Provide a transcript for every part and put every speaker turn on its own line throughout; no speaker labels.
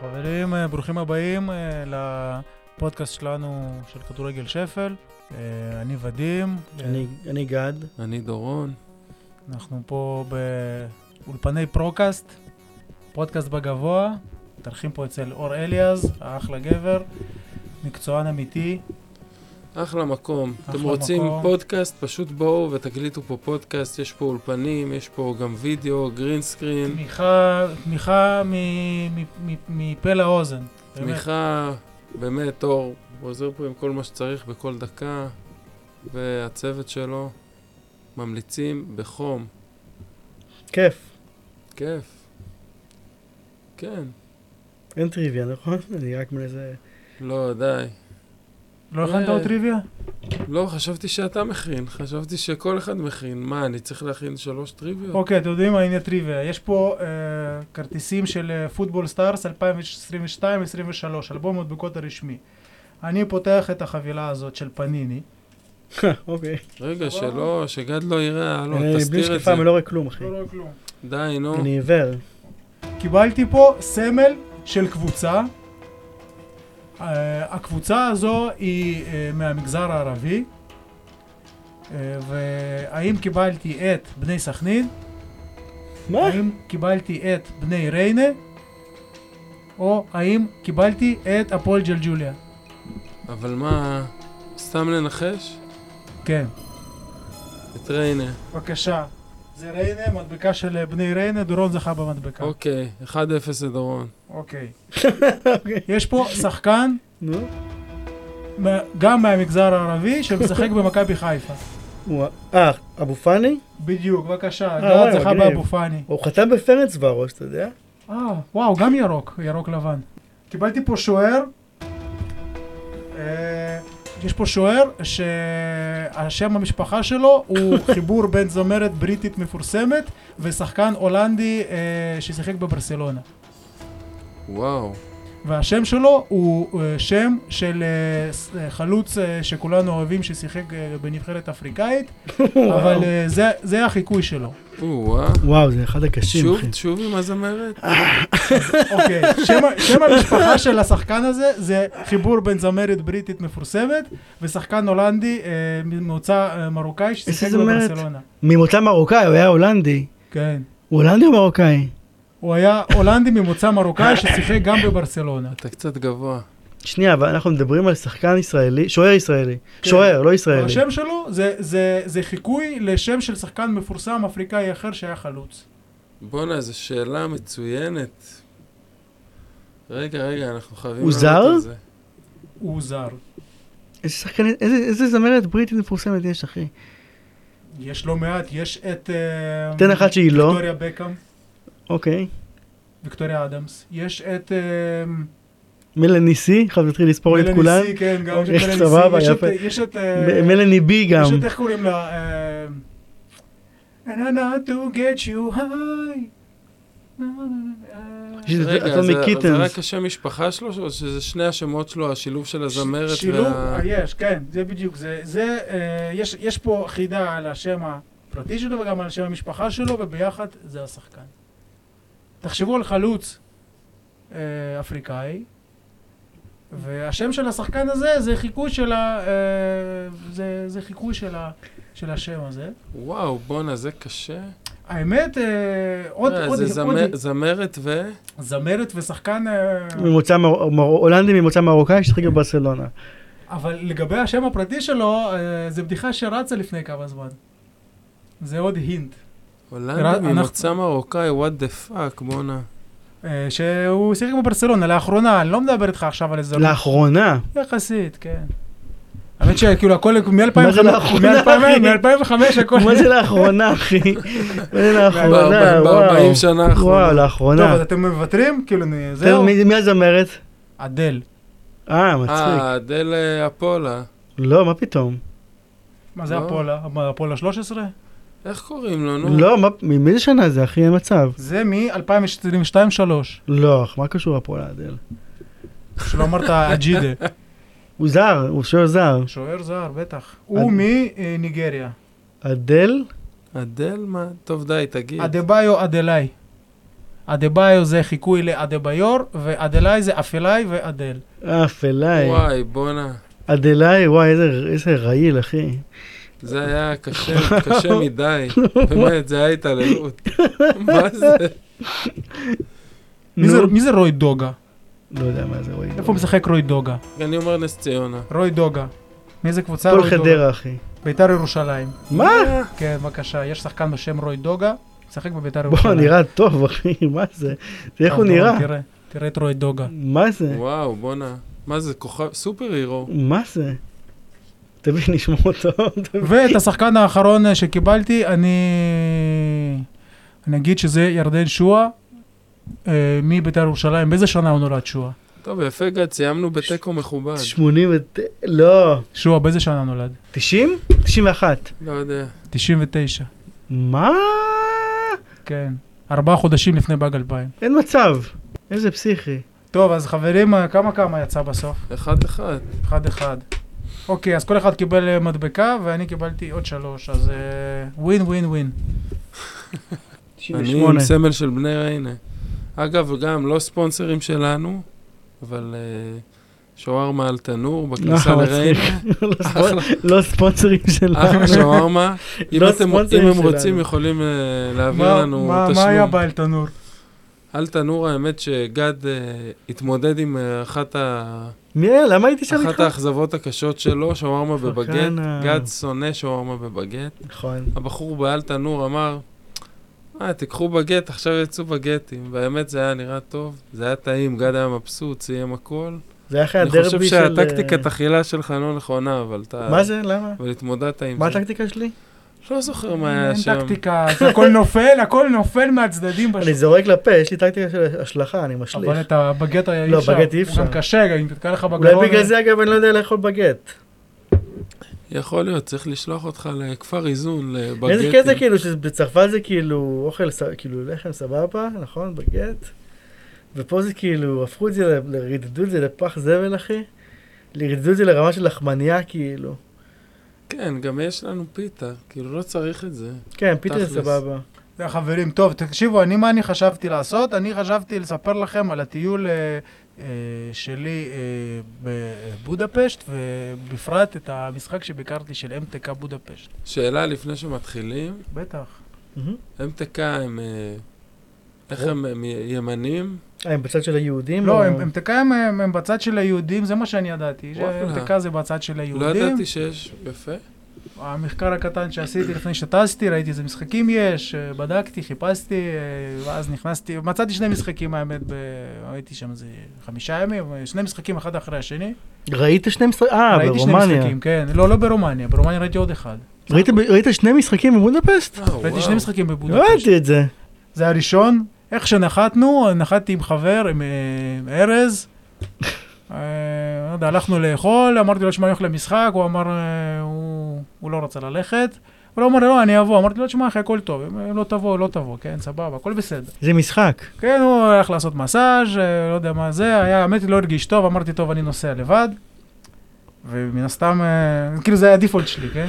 חברים, אה, ברוכים הבאים אה, לפודקאסט שלנו של כדורגל שפל. אה, אני ודים,
כן.
אה,
אני- אני גד,
אני דורון.
אנחנו פה באולפני פרוקאסט, פודקאסט בגבוה, מתארחים פה אצל אור אליאז, האחלה גבר, מקצוען אמיתי, אחלה
אחלה מקום.
אתם
אתם
מקום. רוצים
רוצים פודקאסט, פשוט בואו ותקליטו פה פודקאסט, יש פה אולפנים, יש פה גם וידאו, גרין סקרין,
תמיכה, תמיכה מ- מ- מ- מפה לאוזן. באמת.
תמיכה, באמת, אור, הוא עוזר פה עם כל מה שצריך בכל דקה, והצוות שלו ממליצים בחום.
כיף.
כיף. כן.
אין טריוויה, נכון? אני רק מנסה...
לא, די.
לא הכנת עוד טריוויה?
לא, חשבתי שאתה מכין, חשבתי שכל אחד מכין. מה, אני צריך להכין שלוש טריוויות?
אוקיי, אתם יודעים מה, הנה טריוויה. יש פה אה, כרטיסים של אה, פוטבול סטארס 2022-2023, אלבום מדבקות הרשמי. אני פותח את החבילה הזאת של פניני.
אוקיי.
רגע, שלא, שגד לא יראה, הלו,
אני בלי
תסתיר את
שקיפה,
זה. לא.
אני לא רואה כלום, אחי.
רואה כלום.
די, נו.
אני עיוור.
קיבלתי פה סמל של קבוצה. אה, הקבוצה הזו היא אה, מהמגזר הערבי. אה, והאם קיבלתי את בני סכנין?
מה?
האם קיבלתי את בני ריינה? או האם קיבלתי את הפועל ג'לג'וליה?
אבל מה, סתם לנחש?
כן.
את ריינה.
בבקשה. זה ריינה, מדבקה של אה, בני ריינה, דורון זכה במדבקה.
אוקיי, 1-0 לדורון.
אוקיי. יש פה שחקן,
נו.
מה- גם מהמגזר הערבי, שמשחק במכבי חיפה.
הוא- אה, אבו פאני?
בדיוק, בבקשה.
אה,
גלעד
וואי,
זכה
מגניב.
באבו פאני.
הוא חתם בפרנס בראש, אתה יודע?
אה, וואו, גם ירוק, ירוק לבן. קיבלתי פה שוער. אה, יש פה שוער שהשם המשפחה שלו הוא חיבור בין זמרת בריטית מפורסמת ושחקן הולנדי אה, ששיחק בברסלונה.
וואו,
והשם שלו הוא אה, שם של אה, ס- אה, חלוץ אה, שכולנו אוהבים ששיחק אה, בנבחרת אפריקאית, אבל אה, זה- זה החיקוי שלו.
וואו.
וואו, זה אחד הקשים,
שוב,
אחי.
שוב עם הזמרת?
אוקיי, שם ה- שם המשפחה של השחקן הזה זה חיבור בין זמרת בריטית מפורסמת ושחקן הולנדי אה, ממוצא אה, מרוקאי ששיחק
איזה זמרת?
בברסלונה.
ממוצא מרוקאי, הוא היה הולנדי.
כן.
הוא הולנדי או מרוקאי?
הוא היה הולנדי ממוצא מרוקאי ששיחק גם בברסלונה.
אתה קצת גבוה.
שנייה, אבל אנחנו מדברים על שחקן ישראלי, שוער ישראלי.
כן.
שוער, לא ישראלי.
השם שלו זה- זה- זה חיקוי לשם של שחקן מפורסם אפריקאי אחר שהיה חלוץ.
בואנה, זו שאלה מצוינת. רגע, רגע, אנחנו חייבים...
הוא
לענות
זר?
על זה.
הוא זר.
איזה שחקנית, איזה איזה זמרת בריטית מפורסמת יש, אחי?
יש לא מעט, יש את... אה,
תן אחת שהיא לא.
ויקטוריה בקאם,
אוקיי.
ויקטוריה אדמס. יש את... אה,
מלאני סי, חייב להתחיל לספור לי את
מלאני
כולם.
סי, כן, גם
אוקיי,
יש את מלאני
סבבה,
סי, יש
יפה.
את- יש את...
כן.
אה,
מ- מלאני בי גם.
יש את איך קוראים לה? אה, And I not to get you high. אה,
יש את
רגע,
אתה
זה- זה
מקיטנס.
רק השם משפחה שלו, או שזה שני השמות שלו, השילוב של הזמרת וה...
שילוב, אה, יש, כן, זה בדיוק זה. זה, אה, יש- יש פה חידה על השם הפרטי שלו וגם על שם המשפחה שלו, וביחד זה השחקן. תחשבו על חלוץ אה, אפריקאי, והשם של השחקן הזה זה חיקוי של ה... אה, זה- זה חיקוי של ה- של השם הזה.
וואו, בואנה, זה קשה.
האמת, אה, עוד,
אה,
עוד,
זה
עוד,
זמר- זמרת ו...
זמרת ושחקן, אה,
ממוצא מר- מר- הולנדי ממוצא מרוקאי ששיחק בברסלונה.
אבל לגבי השם הפרטי שלו, אה, זה בדיחה שרצה לפני כמה זמן. זה עוד הינט.
הולנדי
אנחנו-
ממוצא מרוקאי, what the fuck, בואנה.
אה, שהוא שיחק בברסלונה לאחרונה, אני לא מדבר איתך עכשיו על איזה...
לאחרונה,
יחסית, כן. האמת שכאילו הכל
מה זה לאחרונה, אחי?
מ-2005 הכל...
מה זה לאחרונה אחי? מה זה לאחרונה,
ב- ב-
וואו.
40 שנה האחרונה.
וואו,
טוב, אז
לאחרונה.
אתם מוותרים? כאילו, אני-
תן,
זהו?
מי- מי הזמרת?
אדל.
אה, מצחיק.
אה, אדל אה, אפולה.
לא, מה פתאום?
מה זה
לא.
הפולה? מה, הפולה 13?
איך קוראים לו, נו?
לא, מה- מאיזה שנה זה אחי? אין מצב.
זה מ-2022-2023,
לא, מה קשור הפועל האדל?
שלא אמרת אג'ידה.
הוא זר, הוא שוער זר.
שוער זר, בטח. הוא אה, מניגריה.
אדל?
אדל מה? טוב, די, תגיד.
אדבאיו אדלאי. אדבאיו זה חיקוי לאדבאיור, ואדלאי זה אפלאי ואדל.
אפלאי.
וואי, בואנה.
אדלאי, וואי, איזה- איזה רעיל, אחי.
זה היה קשה, קשה מדי. באמת, זה היה התעללות. מה זה?
מי זה-
נו,
מי זה רוי דוגה?
לא יודע מה זה רועי.
איפה משחק רוי דוגה?
אני אומר נס ציונה.
רוי דוגה. מאיזה קבוצה
כל
רוי דוגה?
חדרה, אחי.
ביתר ירושלים.
מה?
כן, בבקשה, יש שחקן בשם רוי דוגה, משחק בביתר
בוא,
ירושלים.
נראה טוב, אחי, מה זה? זה איך הוא
אה, בוא,
נראה?
תראה, תראה את רוי דוגה.
מה זה?
וואו, בואנה. מה זה, כוכב, סופר הירו.
מה זה? תביא, נשמע אותו. תביא.
ואת השחקן האחרון אה, שקיבלתי, אני... אני אגיד שזה ירדן שואה, אה, מביתר ירושלים. באיזה שנה הוא נולד שואה?
טוב, יפה גד, סיימנו בתיקו מכובד.
89, לא.
שואה, באיזה שנה נולד?
90? 91.
לא יודע.
99.
מה?
כן. ארבעה חודשים לפני באג 2000.
אין מצב. איזה פסיכי.
טוב, אז חברים, אה, כמה כמה יצא בסוף?
אחד אחד.
אחד אחד. אוקיי, אז כל אחד קיבל אה, מדבקה, ואני קיבלתי עוד שלוש, אז אה, ווין ווין ווין.
אני עם
98.
סמל של בני ריינה. אגב, גם לא ספונסרים שלנו, אבל אה, שווארמה על תנור בכניסה
לא,
לריינה.
לא ספונ-
אחלה-
לא ספונסרים
אחלה
שלנו.
שווארמה. אם
לא
אתם-
ספונסרים
אם הם
שלנו.
רוצים, יכולים אה, להעביר
מה-
לנו
מה מה היה
תשלום.
באלתנור?
אל תנור, האמת שגד אה, התמודד עם אה, אחת ה-
מי היה? למה הייתי שם
אחת
איתך?
האכזבות הקשות שלו, שווארמה
כפר
בבגט.
כנא.
גד שונא שווארמה בבגט.
נכון.
הבחור בעל תנור אמר, אה, תיקחו בגט, עכשיו יצאו בגטים. והאמת, זה היה נראה טוב, זה היה טעים, גד היה מבסוט, סיים הכל.
זה היה אחרי
אני
הדרבי כן, של... אה,
חושב שהטקטיקת אכילה שלך לא נכונה, אבל אתה...
מה זה? למה?
אבל התמודדת עם
מה
זה.
הטקטיקה שלי?
לא זוכר מה היה
אין
שם.
טקטיקה, זה הכל נופל, הכל נופל מהצדדים
אני
בשוק.
זורק לפה, יש לי טקטיקה של השלכה, אני משליך.
אבל את הבגט היה אי
לא,
אפשר.
בגט אי אפשר.
הוא גם קשה, אם תתקע לך בגרון. אה,
אולי בגלל זה, אגב, אני לא יודע לאכול בגט.
יכול להיות, צריך לשלוח אותך לכפר איזון, לבגטים.
איזה קטע כאילו שבצרפת זה כאילו אוכל, ס- כאילו לחם סבבה, נכון? בגט. ופה זה כאילו, הפכו את זה, ל- לרדדו את זה לפח זבל, אחי. רדדו את זה לרמה של לחמניה, כאילו.
כן, גם יש לנו פיתה, כאילו לא צריך את זה.
כן, פיטר
תכלס.
סבבה.
זה, חברים, טוב, תקשיבו, אני, מה אני חשבתי לעשות? אני חשבתי לספר לכם על הטיול אה, אה, שלי אה, בבודפשט, ובפרט את המשחק שביקרתי של MTK בודפשט.
שאלה לפני שמתחילים,
בטח.
מהמם.
MTK הם... אה, איך הם, הם ימנים?
אה, הם בצד של היהודים? או-
לא, הם- MTK הם- הם הם בצד של היהודים, זה מה שאני ידעתי. ש-
וואלה.
MTK זה בצד של
לא
היהודים.
ידעתי שיש, יפה. אה,
המחקר הקטן שעשיתי לפני שטסתי, ראיתי איזה משחקים יש, אה, בדקתי, חיפשתי, אה, ואז נכנסתי, מצאתי שני משחקים, האמת, ב... הייתי שם איזה חמישה ימים, אה, שני משחקים אחד אחרי השני.
ראית שני משחקים? אה,
ראיתי שני
ברומניה.
משחקים, כן. לא, לא ברומניה, ברומניה ראיתי עוד אחד.
ראית ב- ראית שני משחקים בבודפסט?
אה, וואו.
ראיתי שני משחקים בבודפשט.
ראיתי את זה.
זה הראשון, איך שנחתנו, נחתתי עם חבר, עם אה, עם ארז. אה, לא יודע, הלכנו לאכול, אמרתי לו, שמע, אני הולך למשחק, הוא אמר, אה, הוא- הוא לא רצה ללכת. אבל הוא אמר, לא, אני אבוא. אמרתי לו, שמע, אחי, הכל טוב, אם אם לא תבוא, לא תבוא, כן, סבבה, הכל בסדר.
זה משחק.
כן, הוא הלך לעשות מסאז', אה, לא יודע מה זה, היה, האמת היא, לא הרגיש טוב, אמרתי, טוב, אני נוסע לבד. ומן הסתם, אה, כאילו זה היה הדיפולט שלי, כן?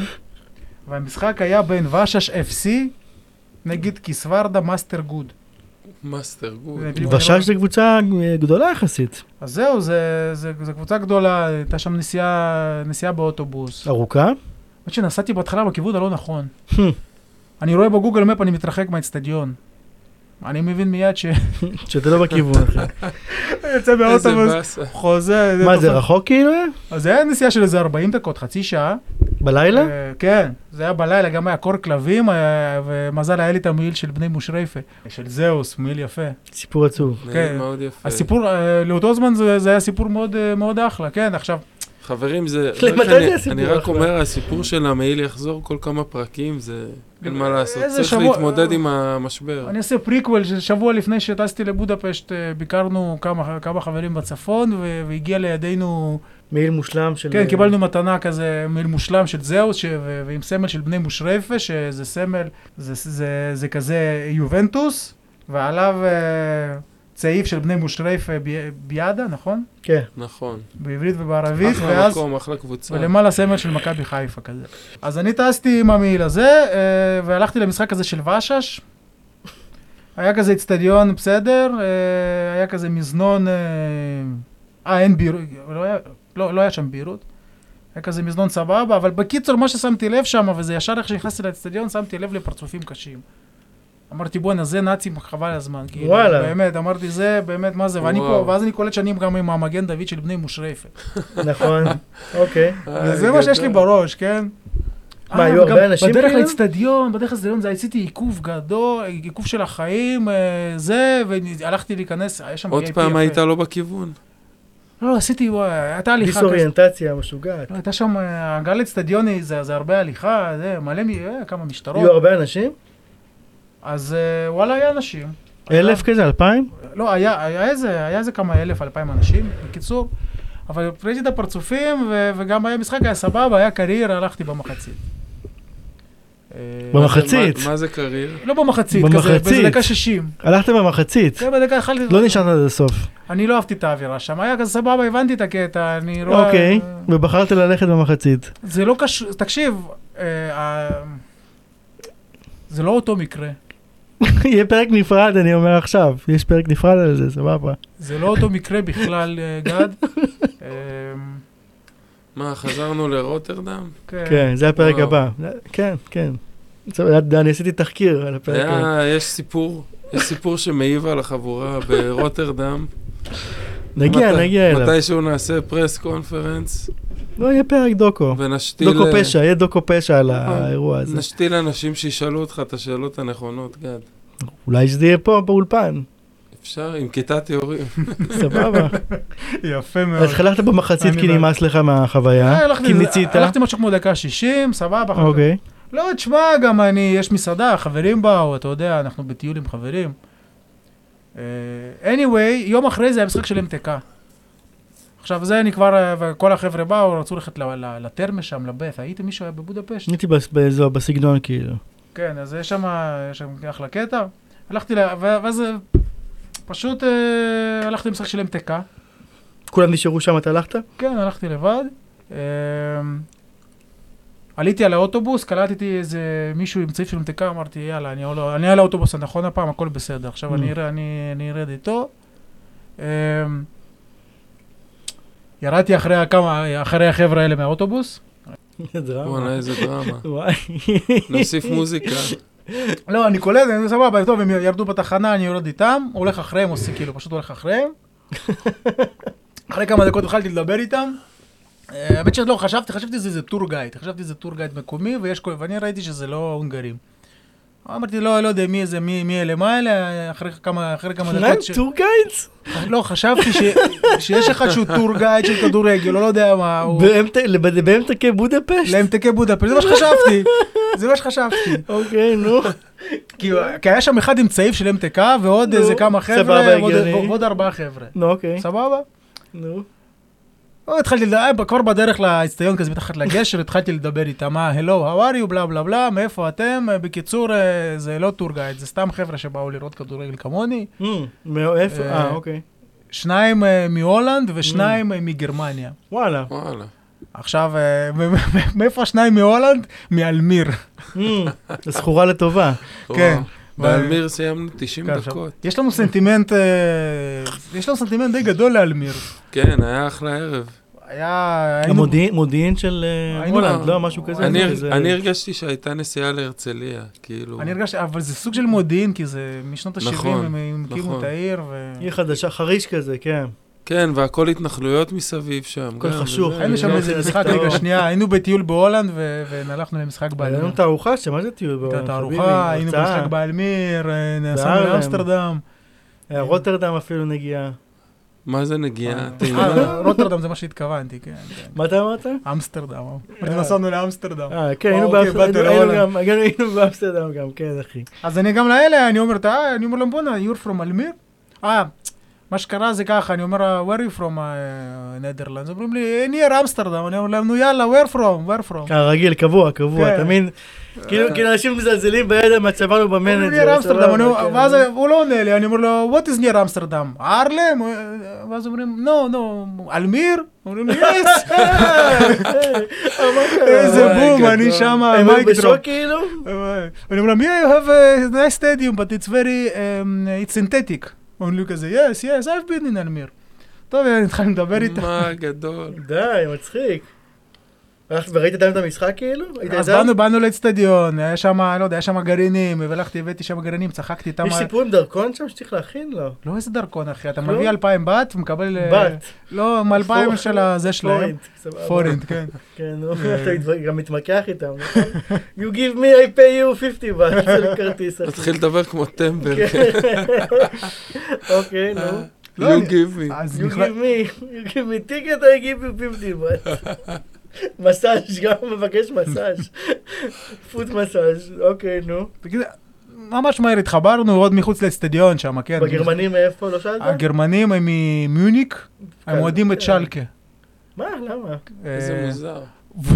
והמשחק היה בין ושש FC נגד קיסוורדה מאסטר גוד.
מאסטר גוד.
זה בדיוק-
ושש זה קבוצה אה, גדולה יחסית.
אז זהו, זה, זה, זה קבוצה גדולה, הייתה שם נסיעה, נסיעה באוטובוס.
ארוכה?
האמת שנסעתי בהתחלה בכיוון הלא נכון.
לא. Hmm.
אני רואה בגוגל מפ, אני מתרחק מהאצטדיון. אני מבין מיד שיוצא
שאתה לא בכיוון, אחי.
איזה
מהאוטובוס,
באסה.
חוזה.
מה, זה
תופס-
רחוק כאילו?
אז זה היה נסיעה של איזה 40 דקות, חצי שעה.
בלילה?
אה, כן, זה היה בלילה, גם היה קור כלבים, אה, ומזל היה לי את המעיל של בני מושרייפה. של זהוס, מעיל יפה.
סיפור עצוב.
כן.
נעים מאוד יפה.
הסיפור, אה, לאותו זמן זה זה היה סיפור מאוד, אה, מאוד אחלה, כן, עכשיו,
חברים, זה... רק
למתי
אני-
זה הסיפור
אני רק
אחלה?
אומר, הסיפור של המעיל יחזור כל כמה פרקים, זה... אין מה לעשות.
איזה
צריך
שבוע-
להתמודד עם המשבר.
אני אעשה פריקוול ששבוע לפני שטסתי לבודפשט, אה, ביקרנו כמה, כמה חברים בצפון, ו- והגיע לידינו,
מעיל מושלם של... אה,
כן, קיבלנו מתנה כזה מעיל מושלם של זהוס, ש- ו- ועם סמל של בני מושרייפה, שזה סמל, זה, זה, זה כזה יובנטוס, ועליו אה, צעיף של בני מושרייפה בי- ביאדה, נכון?
כן.
נכון.
בעברית ובערבית,
אחלה
ואז...
מקום, אחלה קבוצה.
ולמעלה סמל של מכבי חיפה כזה. אז אני טסתי עם המעיל הזה, אה, והלכתי למשחק הזה של ושש, היה כזה אצטדיון בסדר, אה, היה כזה מזנון, אה, אה, אין בירות, לא, היה- לא, לא היה שם בירות. היה כזה מזנון סבבה, אבל בקיצור, מה ששמתי לב שם, וזה ישר איך שנכנסתי לאצטדיון, שמתי לב לפרצופים קשים. אמרתי, בואנה, זה נאצים, חבל על הזמן. כאילו,
וואלה.
באמת, אמרתי, זה באמת, מה זה, ואני פה,
וואו.
ואז אני קולט שאני גם עם המגן דוד של בני מושרייפה.
נכון, אוקיי.
אה,
זה מה שיש לי בראש, כן?
מה,
אה,
היו
וגם
הרבה אנשים
בדרך
כאלה?
לאצטדיון, בדרך לאצטדיון זה עשיתי עיכוב גדול, עיכוב של החיים, אה, זה, והלכתי להיכנס, היה שם
עוד
VIP
פעם
יפה.
היית לא בכיוון.
לא, לא, עשיתי, וואי, הייתה הליכה כזאת.
דיסאוריינטציה משוגעת.
לא, הייתה שם, אה, הגל אצטדיוני, זה זה הרבה הליכה, זה מלא, מ- אה, כמה
יהיו
משטרות.
הרבה אנשים?
אז אה, וואלה, היה אנשים.
אלף כזה, אלפיים?
לא, היה, היה איזה, היה איזה כמה אלף, אלפיים אנשים, בקיצור. אבל ראיתי את הפרצופים, ו- וגם היה משחק, היה סבבה, היה קרייר, הלכתי במחצית. אה,
במחצית.
מה- מה זה קרייר?
לא במחצית, כזה,
במחצית.
באיזה דקה שישים.
הלכתם במחצית.
זה בדקה אכלתי...
לא נשארת עד הסוף.
אני לא אהבתי את האווירה שם, היה כזה סבבה, הבנתי את הקטע, אני רואה...
אוקיי, ובחרת ללכת במחצית.
זה לא קשור, תקשיב, אה, אה, זה לא אותו מקרה.
יהיה פרק נפרד, אני אומר עכשיו. יש פרק נפרד על זה, סבבה.
זה לא אותו מקרה בכלל, אה, גד. אה,
מה, חזרנו לרוטרדם?
כן.
כן, זה הפרק
וואו.
הבא. כן, כן. טוב, אני עשיתי תחקיר על הפרק הזה.
היה, אה, יש סיפור, יש סיפור שמעיב על החבורה ברוטרדם.
נגיע,
מתי-
נגיע אליו.
מתישהו נעשה פרס קונפרנס,
לא, יהיה פרק דוקו.
ונשתיל...
דוקו
אה, נכון.
פשע, יהיה דוקו פשע על האירוע הזה.
נשתיל אנשים שישאלו אותך את השאלות הנכונות, גד. נכון.
אולי שזה יהיה פה באולפן,
אפשר, עם כיתת יורים.
סבבה.
יפה מאוד.
אז חלכת במחצית
אני
כי
בעד.
נמאס לך מהחוויה,
אה, הלכתי-
כי מיצית.
הלכתי משהו כמו דקה 60, סבבה. אחר כך-
אוקיי.
לא, תשמע, גם אני, יש מסעדה, חברים באו, אתה יודע, אנחנו בטיול עם חברים. אה, anyway, יום אחרי זה המשחק של MTK. עכשיו זה אני כבר, אה, וכל החבר'ה באו, רצו ללכת ל- ל- לתרמה שם, לבית. הייתי מישהו היה בבודפשט?
הייתי בס- באזור, בסגנון כאילו.
כן, אז יש שם, יש שם אחלה קטע. הלכתי, ל- ו- ואז אה, פשוט אה, הלכתי למשחק של MTK.
כולם נשארו שם, אתה הלכת?
כן, הלכתי לבד. אה, עליתי על האוטובוס, קלטתי איזה מישהו עם צעיף של מתקה, אמרתי, יאללה, אני, עול- אני על האוטובוס הנכון הפעם, הכל בסדר. עכשיו אני,
Mm.
ארד- אני, אני ארד איתו. אה, ירדתי אחרי, הכמה, אחרי החבר'ה האלה מהאוטובוס.
אה,
וואלה, איזה דרמה.
וואי.
נוסיף מוזיקה.
לא, אני קולט, אני סבבה, טוב, הם ירדו בתחנה, אני יורד איתם, הולך אחריהם, עושה כאילו, פשוט הולך אחריהם. אחרי כמה דקות התחלתי לדבר איתם. אה, האמת שלא חשבתי, חשבתי שזה איזה טור גייד, חשבתי שזה טור גייד מקומי, ויש כל... ואני ראיתי שזה לא הונגרים. אמרתי, לא, לא יודע מי זה, מי, מי אלה, מה אלה, אחרי כמה, אחרי כמה
מה,
דקות... ש...
טור גיידס?
לא, חשבתי ש... שיש אחד שהוא טור גייד של כדורגל, או לא יודע מה, הוא...
באמתקי בודפשט?
לאמתקי בודפשט, זה מה שחשבתי, זה מה שחשבתי.
אוקיי, נו.
כי כאילו, כי היה שם אחד עם צעיף של MTK ועוד
נו,
איזה כמה
סבבה,
חבר'ה, ועוד-
הגיוני.
ועוד ארבעה חבר'ה.
נו, אוקיי.
סבבה?
נו.
לא, התחלתי, לדבר- אה, כבר בדרך לאצטדיון כזה מתחת לגשר, התחלתי לדבר איתם, מה, הלו, how are you, בלה בלה בלה, מאיפה אתם? אה, בקיצור, אה, זה לא טור גייד, זה סתם חבר'ה שבאו לראות כדורגל כמוני.
Mm, מאיפה? אה,
אה,
אוקיי.
שניים אה, מהולנד ושניים
Mm.
אה, מגרמניה.
וואלה.
וואלה.
עכשיו, אה, מאיפה השניים מהולנד? מאלמיר.
Mm, זכורה לטובה.
כן.
אה,
וואו. באלמיר סיימנו 90
כן, עכשיו,
דקות.
יש לנו סנטימנט, אה, יש לנו סנטימנט די גדול לאלמיר.
כן, היה אחלה ערב.
היה... היינו-
המודיעין מודיעין של אה,
היינו-
הולנד, לא? משהו כזה?
אני,
זה
הר-
כזה-
אני הרגשתי שהייתה נסיעה להרצליה, כאילו.
אני הרגשתי, אבל זה סוג של מודיעין, כי זה משנות ה-70,
נכון,
הם הם הקימו
נכון.
את העיר, ו...
עיר חדשה, חריש כזה, כן.
כן, והכל התנחלויות מסביב שם.
הכל
גם,
חשוך.
וזה,
היינו שם
גם-
איזה משחק ליגה שנייה, היינו בטיול בהולנד, ו- והלכנו למשחק
היה
באלמיר.
לנו תערוכה שם, מה זה טיול
הייתה
בעולם? חביבי,
תערוכה, היינו
הרצאה.
במשחק באלמיר, אה, נסענו
בהארלם.
לאמסטרדם.
אה, רוטרדם אפילו נגיעה.
מה זה נגיעה? תהילה?
אה, רוטרדם זה מה שהתכוונתי, כן. כן.
מה אתה אמרת?
אמסטרדם, אמרתי, נסענו לאמסטרדם.
אה, כן, היינו
אוקיי,
באמס-
באת
היינו- היינו
להולנד.
גם- גם- היינו באמסטרדם גם, כן, אחי.
אז אני גם לאלה, אני אומר, "אתה- אני אומר להם, בואנה, you're from אלמיר? אה, my מה שקרה זה ככה, אני אומר, "אה, where are you from נדרלנד? אומרים לי, "אה, near אמסטרדם. אני אומר להם, נו יאללה, where from? where from?
כרגיל, אה, קבוע, קבוע,
אוקיי. כן.
תמיד. כאילו כאילו אנשים מזלזלים בידע מצבנו
אומרים
במנג'ר.
לי, near אמסטרדם. לא אני אומר-
סבבה, כן.
ואז הוא לא עונה לי, אני אומר לו, what is near אמסטרדם? ארלם? ואז אומרים, no, no, אלמיר? אומרים לי, yes. אה,
Oh
איזה
וואי,
בום,
גדול.
לא.
אני שם,
הם היו
מייק דרופ.
אה, בשוק כאילו?
ואני אומר להם, yeah, you have a nice stadium, but it's very, um, it's synthetic. אומרים לי כזה, yes, yes, I've been in אלמיר. טוב, אני התחלנו לדבר איתם.
מה גדול.
די, מצחיק. הלכת וראית איתם את המשחק כאילו? היית
אז
איתם?
אה, באנו, באנו לאצטדיון, היה שם, לא יודע, היה שם גרעינים, הלכתי, הבאתי שם גרעינים, צחקתי איתם.
יש סיפור עם דרכון שם שצריך להכין לו?
לא איזה דרכון, אחי, אתה
לא?
מביא 2,000 בת ומקבל... אה,
בת,
לא, עם 2,000 של הזה שלהם.
פורינט, סבבה.
פורינט, כן.
כן, נו, אתה
אה.
מתו- גם מתמקח איתם, נכון? You give me, I pay you 50 בת, זה לי כרטיס. אחי.
מתחיל לדבר כמו טמבל.
כן. אוקיי, נו.
לא,
You
אני-
give me.
אז
You
נכנס-
give me, you give me ticket, I give you 50 bucks. מסאז' גם מבקש מסאז'. פוט מסאז', אוקיי, נו.
תגיד, ממש מהר התחברנו, עוד מחוץ לאצטדיון שם, כן. אה,
בגרמנים מאיפה? לא שאלת?
הגרמנים הם ממיוניק, הם
כן.
אוהדים את שלקה.
מה, למה?
אה,
איזה מוזר.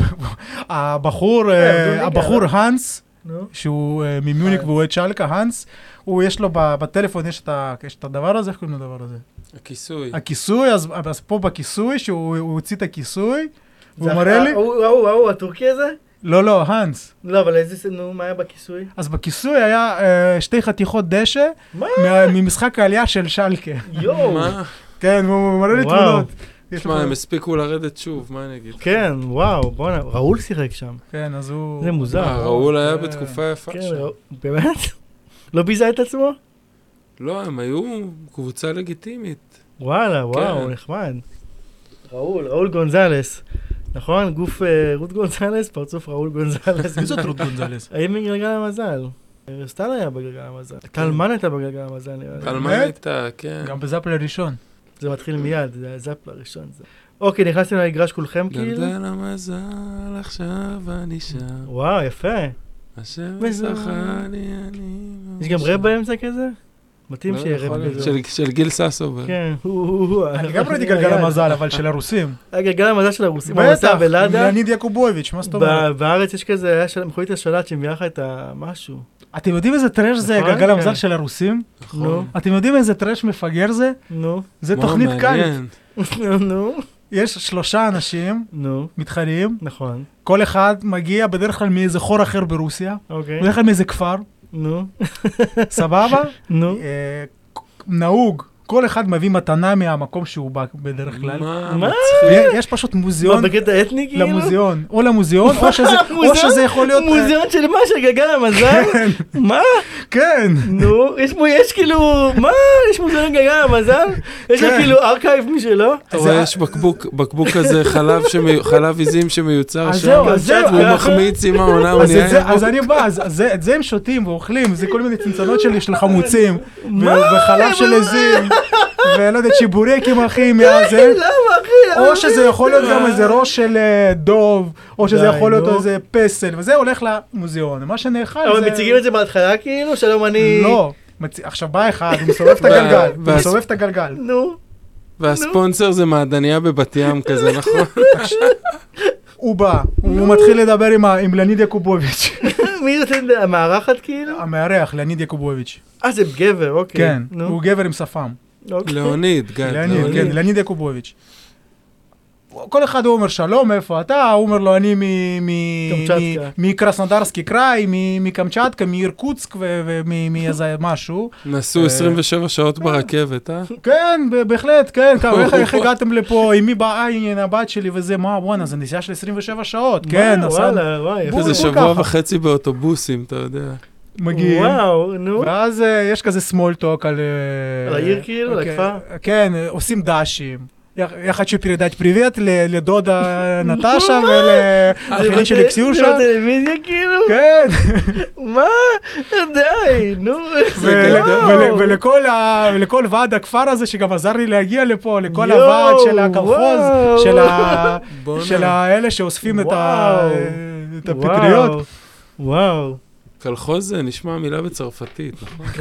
הבחור,
אה,
אה,
דודיקה,
הבחור האנס,
נו.
שהוא אה, ממיוניק
האנס.
והוא אוהד שלקה, האנס, הוא יש לו ב- בטלפון, יש את ה- יש את הדבר הזה, איך קוראים לדבר הזה?
הכיסוי.
הכיסוי, אז אז פה בכיסוי, שהוא הוא הוציא את הכיסוי, והוא
זה
מראה לי,
ההוא, ההוא, ההוא, הטורקי הזה?
לא, לא, האנס.
לא, אבל איזה, נו, מה היה בכיסוי?
אז בכיסוי היה אה, שתי חתיכות דשא
מה?
מה- ממשחק העלייה של שלקה.
יואו.
מה?
כן, הוא מראה לי
וואו.
תמונות. יש לו
תשמע, הם
פה-
הספיקו לרדת שוב, מה אני אגיד?
כן, וואו, בואנה, ראול שיחק שם.
כן, אז הוא...
זה מוזר.
אה, ראול היה
כן.
בתקופה יפה
כן,
שם.
ראו- באמת? לא ביזה את עצמו?
לא, הם היו קבוצה לגיטימית.
וואלה, וואו,
כן.
נחמד. ראול, ראול גונזלס. נכון? גוף אה, רות גונזלס, פרצוף ראול גונזלס.
מי זאת רות אה, גונזלס?
האם מגלגל המזל? סטן היה בגלגל המזל.
כן.
טל מן הייתה בגלגל המזל נראה לי.
על מה
באמת?
הייתה, כן.
גם בזאפל הראשון.
זה מתחיל מיד, זה הזאפ הראשון. זה. אוקיי, נכנסתם למגרש כולכם כאילו?
גלגל המזל עכשיו אני שם.
וואו, יפה.
אשר
מזל.
מסחני אני...
יש גם רב באמצע כזה? מתאים
לא,
שיהיה
יכול
רב
להיות.
כזה.
של- של גיל ססובר.
כן, הוא- הוא- הוא-
אני גם ראיתי גלגל המזל, אבל של הרוסים.
הגלגל המזל של הרוסים. בטח.
עם
ולאדה.
לניד יקובוביץ', מה זאת אומרת?
בארץ יש כזה, היה של- מכונית השלט שמביאה לך את המשהו.
אתם יודעים איזה טרש זה
נכון,
גלגל המזל
כן.
של הרוסים?
נו.
נכון.
אתם יודעים איזה טרש מפגר זה?
נו,
זה
וואו,
תוכנית קאלט.
מעניין.
נו,
יש שלושה אנשים
נו,
מתחרים,
נכון,
כל אחד מגיע בדרך כלל מאיזה חור אחר ברוסיה,
אוקיי,
בדרך כלל מאיזה כפר,
נו,
סבבה?
נו,
אה, נהוג, כל אחד מביא מתנה מהמקום שהוא בא בדרך כלל.
מה?
מה?
ו- יש פשוט מוזיאון
מה, בקטע אתני כאילו?
למוזיאון, או למוזיאון, או שזה- או
מוזיאון?
שזה יכול להיות... אה,
מוזיאון של מה? של גלגל המזל? מה?
כן.
נו, יש פה, יש כאילו, מה? יש מוזיאון גלגל המזל? יש לו
כן.
כאילו ארכייב משלו?
אתה
זה-
רואה, יש בקבוק, בקבוק כזה חלב, שמי- חלב עיזים שמיוצר
אז
שם,
לא,
זהו, אז זהו.
הוא מחמיץ עם העונה, הוא
אז
נהיה
את זה- אז
ירוק.
אני בא, אז אז זה- את זה הם שותים ואוכלים, זה כל מיני צנצנות של- של חמוצים, ו-
מה?
וחלב של עזים, ולא יודע, צ'יבורקים אחי מהזה.
למה אחי?
או שזה יכול להיות גם איזה ראש של אה, דוב, או שזה
די,
יכול להיות
נו.
איזה פסל, וזה הולך למוזיאון. מה שנאכל זה...
אבל מציגים את זה בהתחלה כאילו? שלום אני...
לא. מצ- עכשיו בא אחד, הוא מסובב את הגלגל,
ו-
הוא מסובב את הגלגל.
נו,
והספונסר זה מעדניה בבת ים כזה, נכון?
הוא בא, הוא מתחיל לדבר עם ה- עם לניד יקובוביץ',
מי נותן את זה? המארחת כאילו?
המארח, לניד יקובוביץ'.
אה, זה גבר, אוקיי.
כן,
נו,
הוא גבר עם שפם.
אוקיי.
לאוניד, גל,
לניד,
לאוניד.
כן, לניד יקובוביץ'. כל אחד הוא אומר שלום, איפה אתה? הוא אומר לו, אני מ- מ-
קמצ'טקה.
מ- מקרסנדרסקי קראי, מ- מקמצ'טקה, מירקוצק ומאיזה משהו.
נסעו 27 שעות ברכבת, אה?
כן, ב- בהחלט, כן, כמה- איך- איך הגעתם לפה, עם מי באה הנה הבת שלי וזה, מה, בואנה, זה נסיעה של 27 שעות, כן,
מה,
נסענו,
וואלה, וואי, יפה.
בול,
כזה
בול
שבוע
ככה.
וחצי באוטובוסים, אתה יודע.
מגיעים.
וואו, נו.
ואז אה, יש כזה small talk על... אה,
על העיר כאילו, על
כן,
הכפר?
כן, אה, עושים דשים. Я, я хочу передать привет ל- לדודה נטשה ולאחרים שלי
זה
קסיושה.
בטלוויזיה כאילו?
כן,
מה? די, נו.
ו-
וואו.
ול- ולכל ה- ולכל ועד הכפר הזה שגם עזר לי להגיע לפה, לכל
יואו,
הוועד של הקרחוז,
וואו.
של ה-
בואנה.
של האלה שאוספים את ה-
וואו.
את הפטריות.
וואו.
קלחוז זה נשמע מילה בצרפתית,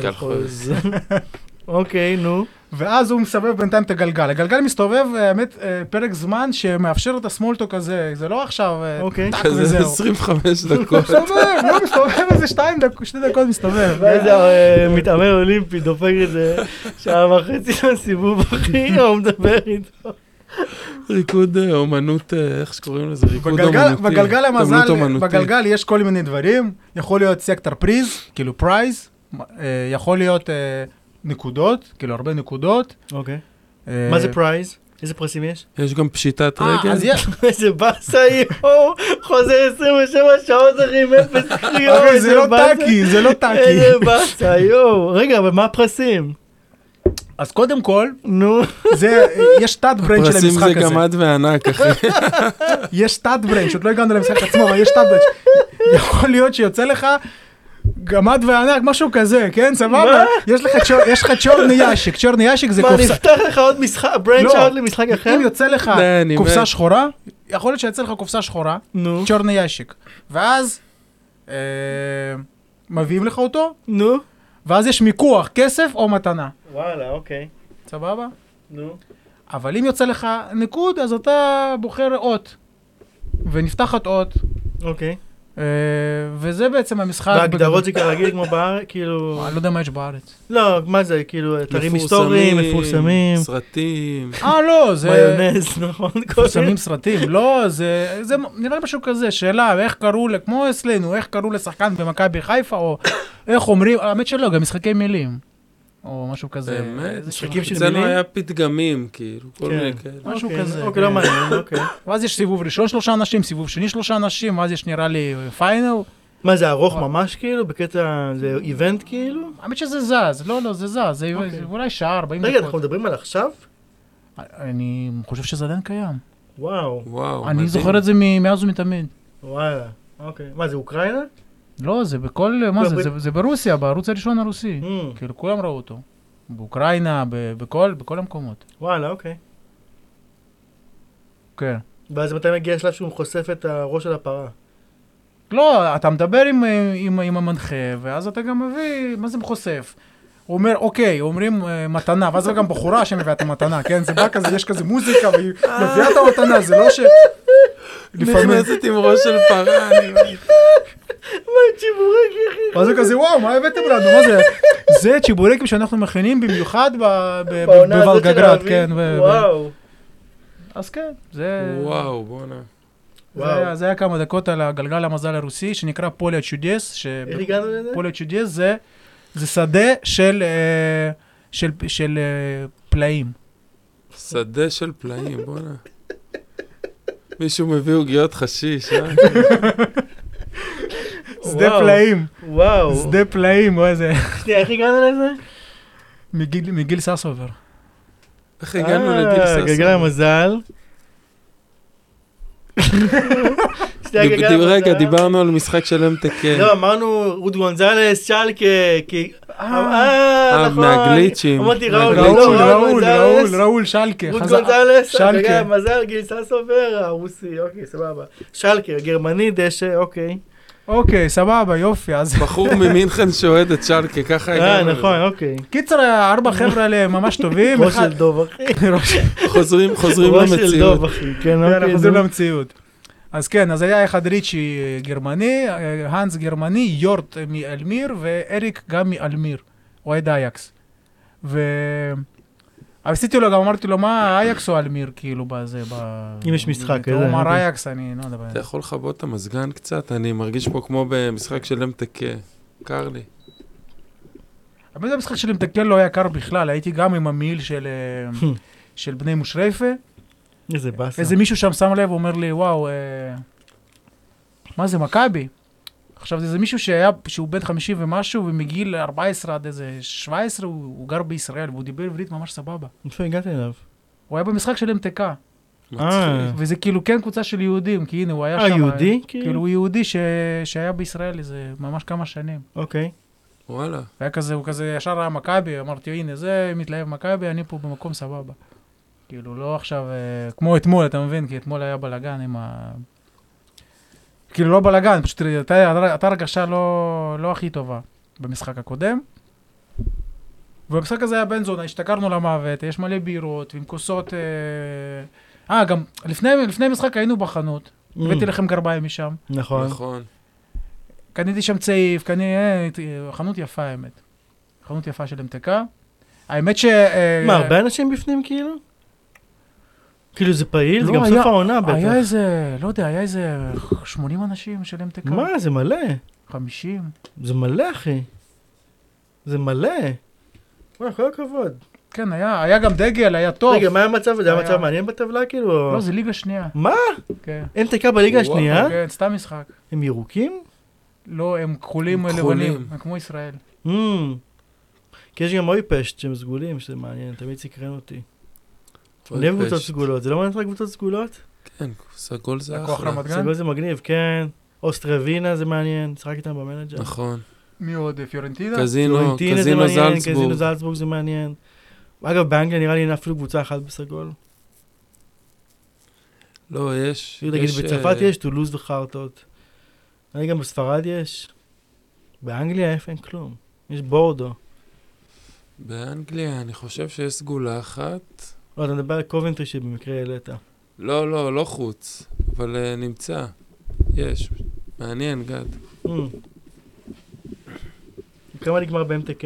נכון?
וואו. אוקיי, נו.
ואז הוא מסובב בינתיים את הגלגל. הגלגל מסתובב, האמת, אה, פרק זמן שמאפשר את הסמולטוק הזה, זה לא עכשיו... אה,
אוקיי.
טאק
כזה
וזהו.
25 דקות.
מסתובב, לא מסתובב איזה שתיים דקות, שתי דקות מסתובב.
ואיזה אה, מתעמר אולימפי דופק את זה שעה וחצי לסיבוב, אחי, הוא מדבר איתו.
ריקוד אה, אומנות, אה, איך שקוראים לזה? ריקוד
בגלגל-
אומנותי.
בגלגל המזל,
התעמלות אומנותית.
בגלגל יש כל מיני דברים, יכול להיות סקטר פריז, כאילו פרייז, מ- אה, יכול להיות אה, נקודות, כאילו הרבה נקודות.
אוקיי.
אה,
מה זה פרייז? איזה פרסים יש?
יש גם פשיטת
אה,
רגל.
אז יש,
איזה באסה יואו, חוזר 27 שעות אחי עם אפס קריאות.
אחי, זה
איזה
לא
באסה.
טאקי, זה לא טאקי.
איזה באסה יואו. רגע, אבל מה הפרסים?
אז קודם כל,
נו,
זה, יש תת ברנד של
פרסים
המשחק
זה גם
הזה.
עד וענק, אחי.
יש תת ברנד, שעוד לא הגענו למשחק עצמו, אבל יש תת ברנד. יכול להיות שיוצא לך גמד וענק, משהו כזה, כן? סבבה?
מה?
יש לך צ'ור- יש לך צ'ורני יאשיק, צ'ורני יאשיק זה
מה כן?
קופסה.
נפתח לך עוד משחק, ברנץ'
לא.
אאוט למשחק אחר?
אם יוצא לך
אה,
די, אני
קופסה
מת.
שחורה, יכול להיות שיוצא לך קופסה שחורה,
נו,
צ'ורני יאשיק. ואז אה, מביאים לך אותו,
נו.
ואז יש מיקוח, כסף או מתנה.
וואלה, אוקיי.
סבבה?
נו.
אבל אם יוצא לך ניקוד, אז אתה בוחר אות. ונפתחת אות,
אוקיי.
אה, וזה בעצם המשחק. בגדול.
והגדרות זה כרגיל כמו בארץ, כאילו...
אני לא יודע מה יש בארץ.
לא, מה זה, כאילו, אתרים היסטוריים,
מפורסמים,
מפורסמים,
סרטים.
אה, לא, זה...
מיונז, נכון?
מפורסמים סרטים, לא, זה, זה נראה לי משהו כזה, שאלה, איך קראו, ל- כמו אצלנו, איך קראו לשחקן במכבי חיפה, או איך אומרים, האמת שלא, גם משחקי מילים, או משהו כזה.
באמת?
זה
משחקים של
אצלנו
מילים?
היה פתגמים, כאילו, כל
כן.
מיני כאלה.
משהו
אוקיי,
כזה,
אוקיי, לא
כן.
מעניין, אוקיי.
ואז יש סיבוב ראשון שלושה אנשים, סיבוב שני שלושה אנשים, ואז יש נראה לי פיינל.
מה זה, ארוך ממש כאילו? בקטע, זה איבנט כאילו?
האמת שזה זז, לא, לא, זה זז, זה
אוקיי.
אולי שעה, 40
רגע, נכון. אנחנו
דקות.
מדברים על עכשיו?
אני חושב שזה עדיין קיים.
וואו,
וואו, מדהים.
אני זוכר את זה מ- מאז ומתמיד.
וואלה. אוקיי. מה זה, אוקראינה?
לא, זה בכל, מה זה,
ברית-
זה- זה ברוסיה, בערוץ הראשון הרוסי.
Hmm,
כאילו, כולם ראו אותו. באוקראינה, ב- בכל בכל המקומות.
וואלה, אוקיי.
כן.
ואז מתי מגיע השלב שהוא חושף את הראש של הפרה?
לא, אתה מדבר עם, עם, עם המנחה, ואז אתה גם מביא, מה זה חושף? הוא אומר, אוקיי, אומרים אה, מתנה, ואז זה גם בחורה שמביאה את המתנה, כן? זה בא כזה, יש כזה מוזיקה, והיא מביאה את המתנה, זה לא ש... לפעמים...
נכנסת עם ראש של פרה, אני...
מה, צ'יבורק, אחי?
אז הוא כזה, וואו, מה הבאתם לנו? מה זה? זה צ'יבורקים שאנחנו מכינים במיוחד ב- ב-
בעונה הזאת של
בוולגגרד,
האביב?
כן. ב- ב-
וואו.
אז כן, זה...
וואו, בואנה.
זה היה-
וואו.
זה היה כמה דקות על הגלגל המזל הרוסי, שנקרא פוליה צ'ודס. ש-
איך הגענו לזה?
פוליה צ'ודס זה, זה שדה של, אה, של, של אה, פלאים.
שדה של פלאים, בואנה. מישהו מביא עוגיות חשיש, אה?
שדה
וואו.
פלאים,
וואו.
שדה פלאים, אוי זה,
שנייה, איך הגענו לזה?
מגיל- מגיל ססובר.
איך הגענו
אה,
לגיל
גלגל
ססון?
המזל. שנייה,
דיב-
גלגל
דיב-
המזל.
רגע, דיברנו על משחק של
לא,
MTK.
אמרנו רות גונזלס, צ'לקה, כי...
אה,
אה, נכון.
מהגליצ'ים.
אמרתי ראול,
מהגליצ'ים.
ראול,
לא,
ראול,
גונזלס.
ראול, ראול שלקה.
רות
כן, חזר-
גונזלס,
שלקה.
אה, גלגל המזל, גיל ססובר, הרוסי, אוקיי, סבבה. שלקה, גרמני, דשא, אוקיי.
אוקיי, סבבה, יופי, אז...
בחור ממינכן שאוהד את שלקה, ככה
אה,
הגענו.
נכון,
לזה.
אוקיי.
קיצר, הארבע חבר'ה האלה הם ממש טובים.
ראש
אחד-
של דוב, אחי.
ראש-
חוזרים- חוזרים
ראש של
למציאות.
דוב, אחי. כן,
כן, אנחנו
אוקיי.
חוזרים
נו.
למציאות. אז כן, אז היה אחד ריצ'י אה, גרמני, אה, האנס גרמני, יורט אה, מאלמיר, ואריק גם מאלמיר, אוהד אייקס. ו... אבל עשיתי לו, גם אמרתי לו, מה אייקס או אלמיר, כאילו, בזה, ב...
אם יש משחק,
הוא
אה,
אמר
אוקיי.
אייקס, אני לא יודע.
אתה יכול לכבות את המזגן קצת? אני מרגיש פה כמו במשחק של MTK. קר לי.
אבל זה המשחק שלי מתקל לא היה קר בכלל, הייתי גם עם המעיל של... אה, של בני מושרייפה.
איזה באסה.
איזה מישהו שם שם לב, הוא אומר לי, וואו, אה, מה זה, מכבי? עכשיו, זה איזה מישהו שהיה, שהוא בן 50 ומשהו, ומגיל 14 עד איזה 17, הוא, הוא גר בישראל, והוא דיבר עברית ממש סבבה.
איפה הגעת אליו?
הוא היה במשחק של MTK,
כן.
מצחיק.
וזה כאילו כן קבוצה של יהודים, כי הנה, הוא היה
אה,
שם.
יהודי?
כאילו,
כאילו.
הוא יהודי ש... שהיה בישראל איזה ממש כמה שנים.
אוקיי.
וואלה.
והיה כזה, הוא כזה ישר היה מכבי, אמרתי, הנה, זה מתלהב מכבי, אני פה במקום סבבה. כאילו, לא עכשיו, אה, כמו אתמול, אתה מבין? כי אתמול היה בלאגן עם ה... כאילו, לא בלאגן, פשוט הייתה הייתה הרגשה לא, לא הכי טובה במשחק הקודם. ובמשחק הזה היה בן זונה, השתכרנו למוות, יש מלא בירות, ועם כוסות... אה, אה, גם לפני, לפני המשחק היינו בחנות,
Mm.
הבאתי לכם גרביים משם,
נכון.
נכון.
קניתי שם צעיף, קניתי... אה, חנות יפה האמת. חנות יפה של MTK. האמת ש... אה,
מה, הרבה אנשים בפנים כאילו? כאילו זה פעיל? זה
לא,
גם
היה-
סוף העונה
היה
בטח.
איזה, לא יודע, היה איזה 80 אנשים של MTK.
מה, זה מלא.
50.
זה מלא, אחי. זה מלא. וואי, כל הכבוד.
כן, היה, היה גם דגל, היה טוב.
רגע, מה המצב? זה היה
היה-
מצב מעניין בטבלה כאילו? או-
לא, זה ליגה שנייה.
מה?
כן.
MTK בליגה
וואו, אוקיי.
השנייה?
כן, סתם משחק.
הם ירוקים?
לא, הם כחולים
הם
לבנים,
כחולים.
הם כמו ישראל.
Mm. כי יש גם אויפשט שהם סגולים, שזה מעניין, תמיד סקרן אותי. אני אוהב קבוצות סגולות, זה לא מעניין אותך קבוצות סגולות?
כן, סגול זה לא-
לקוח
אחלה.
רמת גן?
סגול זה מגניב, כן. אוסטרווינה זה מעניין, שחק איתם במנג'ר.
נכון.
מי עוד? פיורנטינה?
לא,
קזינו,
פלורנטינה זה
קזינו
מעניין, קזינו
זלצבורג.
זלצבורג זה מעניין. אגב, באנגליה נראה לי אין אפילו קבוצה אחת בסגול.
לא, יש.
אפילו נגיד
יש,
בצרפת
אה,
יש טולוז וחרטות. אני גם בספרד יש. באנגליה איפה אין כלום. יש בורדו.
באנגליה אני חושב שיש סגולה אחת.
לא, אתה מדבר על קובנטרי שבמקרה העלית.
לא, לא, לא חוץ, אבל אה, נמצא. יש. מעניין, גד.
Mm. כמה נגמר ב-MTK?